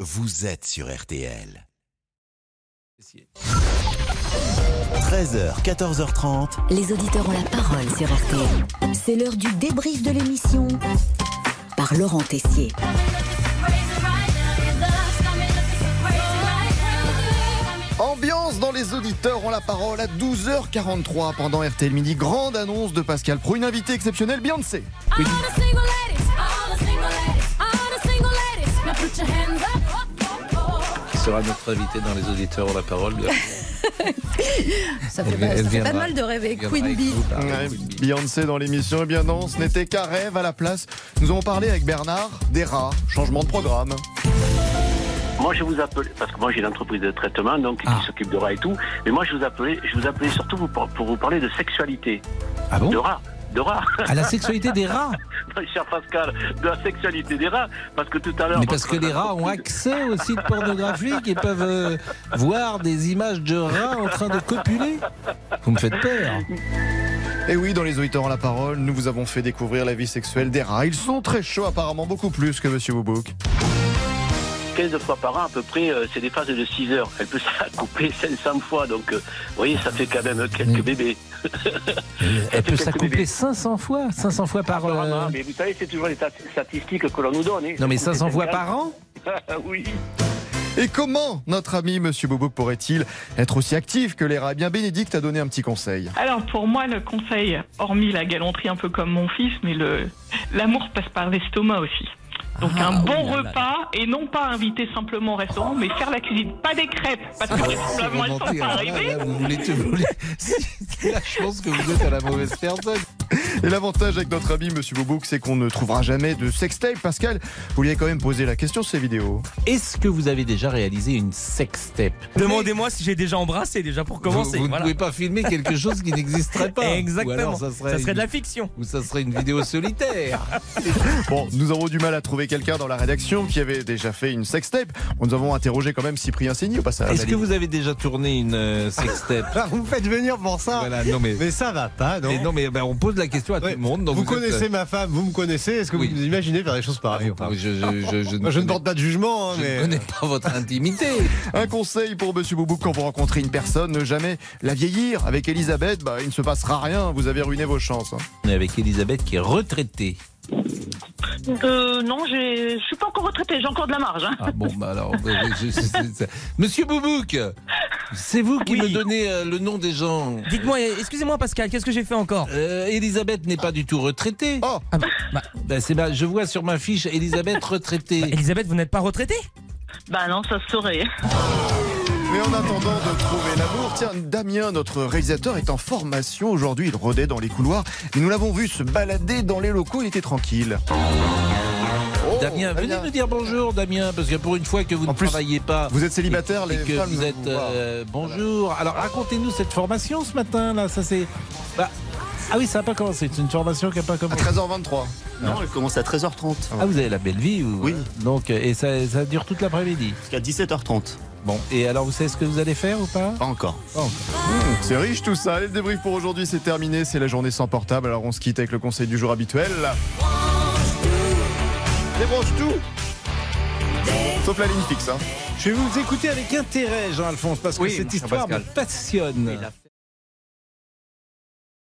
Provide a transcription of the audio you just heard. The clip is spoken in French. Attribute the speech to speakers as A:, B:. A: vous êtes sur RTL. 13h, 14h30.
B: Les auditeurs ont la parole sur RTL. C'est l'heure du débrief de l'émission par Laurent Tessier.
C: Ambiance dans les auditeurs ont la parole à 12h43 pendant RTL Midi. Grande annonce de Pascal Pro, une invitée exceptionnelle, Beyoncé.
D: sera notre invité dans les auditeurs ont la parole. bien.
E: Ça
D: Elle
E: fait, pas, ça fait
D: viendra.
E: pas de mal de rêver.
D: Elle viendra
E: Queen
D: avec
E: Bee.
D: nous
F: Ah
D: parler.
C: Ouais, Beyoncé dans l'émission, eh bien non, ce n'était qu'un rêve à la place. Nous avons parlé avec Bernard des rats, changement de programme.
G: Moi, je vous appelle, parce que moi, j'ai une entreprise de traitement, donc
D: Ah.
G: qui s'occupe de rats et tout. Mais moi, je vous appelais, je vous appelais surtout vous par- pour vous parler de sexualité.
D: Ah bon
G: de rats. De rats,
D: À la sexualité des rats
G: cher Pascal, de la sexualité des rats, parce que tout à l'heure.
D: Mais parce que
G: votre
D: les rats ont
G: entreprise-
D: accès aux sites pornographiques et peuvent euh, voir des images de rats en train de copuler. Vous me faites peur.
C: Et oui, dans les auditeurs ont la parole, nous vous avons fait découvrir la vie sexuelle des rats. Ils sont très chauds apparemment, beaucoup plus que Monsieur Boubouk.
G: 15 fois par an, à peu près, euh, c'est des phases de 6 heures. Elle peut s'accoupler 500 fois, donc, euh, vous voyez, ça fait quand même quelques
D: Mm.
G: bébés.
D: Euh, Elle peut s'accoupler 500 fois 500 fois par...
G: Apparemment,
D: euh,
G: Mais vous savez, c'est toujours les stat- statistiques que l'on nous donne. hein.
D: Non mais
G: C'est
D: 500 fois
G: génial.
D: par an
G: Oui.
C: Et comment notre ami Monsieur Boubouk pourrait-il être aussi actif que les rats Eh bien, Bénédicte a donné un petit conseil.
H: Alors pour moi, le conseil, hormis la galanterie un peu comme mon fils, mais le l'amour passe par l'estomac aussi. Donc
E: Ah,
H: un bon
E: oh là là.
H: repas et non pas inviter simplement au restaurant, mais faire la cuisine, pas des crêpes, parce que probablement elles
E: hein.
H: sont pas arrivées.
D: vous voulez, Là, je pense que vous êtes à la mauvaise personne.
C: Et l'avantage avec notre ami Monsieur Boubouk, c'est qu'on ne trouvera jamais de sextape. Pascal, vous lui avez quand même posé la question sur ces vidéos.
D: Est-ce que vous avez déjà réalisé une sextape
F: Demandez-moi si j'ai déjà embrassé, déjà pour commencer.
D: Vous, vous
F: voilà.
D: ne pouvez pas filmer quelque chose qui n'existerait pas.
F: Exactement.
D: Ou alors ça serait,
F: Ça serait de
D: une-
F: la fiction.
D: ou ça serait une vidéo solitaire.
C: Bon, nous avons du mal à trouver quelqu'un dans la rédaction qui avait déjà fait une sextape. Nous avons interrogé quand même Cyprien Seigny au passage.
D: Est-ce que vous avez déjà tourné une euh, sextape
I: Ah, Vous me faites venir pour ça.
D: Voilà, non mais.
I: Mais ça va pas, non
D: mais non, mais, ben, on pose la question à tout
I: Ouais.
D: le monde. donc
I: Vous
D: êtes, euh,
I: connaissez ma femme, vous me connaissez, est-ce que
D: Oui.
I: vous vous imaginez faire des choses
D: euh,
I: pareilles ou pas
D: je, je, je, je
I: Moi, Je ne
D: connais-
I: porte pas de jugement, hein,
D: je ne
I: mais.
D: connais pas votre intimité.
C: Un conseil pour Monsieur Boubouk quand vous rencontrez une personne, ne jamais la vieillir. Avec Elisabeth, bah, il ne se passera rien. Vous avez ruiné vos chances. hein.
D: On est avec Elisabeth qui est retraitée.
J: Euh, non, j'ai- je suis pas encore retraitée, j'ai encore de la marge. hein.
D: Ah bon, bah alors. euh, je- je- c'est ça. Monsieur Boubouk, c'est vous qui
F: Oui.
D: me donnez euh, le nom des gens.
F: Dites-moi, excusez-moi Pascal, qu'est-ce que j'ai fait encore
D: Euh, Elisabeth n'est pas du tout retraitée.
C: Oh
F: Ah bah, bah,
D: Ben, c'est ma- je vois sur ma fiche Elisabeth retraitée.
F: Elisabeth, vous n'êtes pas retraitée
J: Bah non, ça se saurait.
C: Mais en attendant de trouver l'amour, tiens, Damien, notre réalisateur, est en formation aujourd'hui. Il rôdait dans les couloirs. Et nous l'avons vu se balader dans les locaux. Il était tranquille. Oh,
D: Damien, venez nous dire bonjour, Damien, parce que pour une fois que vous
C: En
D: ne
C: plus,
D: travaillez pas.
C: Vous êtes célibataire,
D: et
C: les
D: que
C: femmes
D: vous êtes
C: vous voient.
D: euh, bonjour. Alors racontez-nous cette formation ce matin là. Ça c'est. bah, ah oui, ça n'a pas commencé. C'est une formation qui n'a pas
C: À
D: commencé.
C: 13h23.
K: Non, elle commence à 13h30
D: Ah vous avez la belle vie. vous.
K: Oui.
D: Donc euh, et ça, ça dure toute l'après-midi.
K: jusqu'à 17h30.
D: Bon. Et alors vous savez ce que vous allez faire ou pas
K: Pas encore.
C: C'est riche tout ça. Allez, le débrief pour aujourd'hui, c'est terminé. C'est la journée sans portable. Alors on se quitte avec le conseil du jour habituel. Débranche tout Sauf la ligne fixe. hein.
I: Je vais vous écouter avec intérêt, Jean-Alphonse, parce que
F: Oui, mon
I: cette
F: cher
I: histoire me
F: Pascal.
I: passionne.
F: la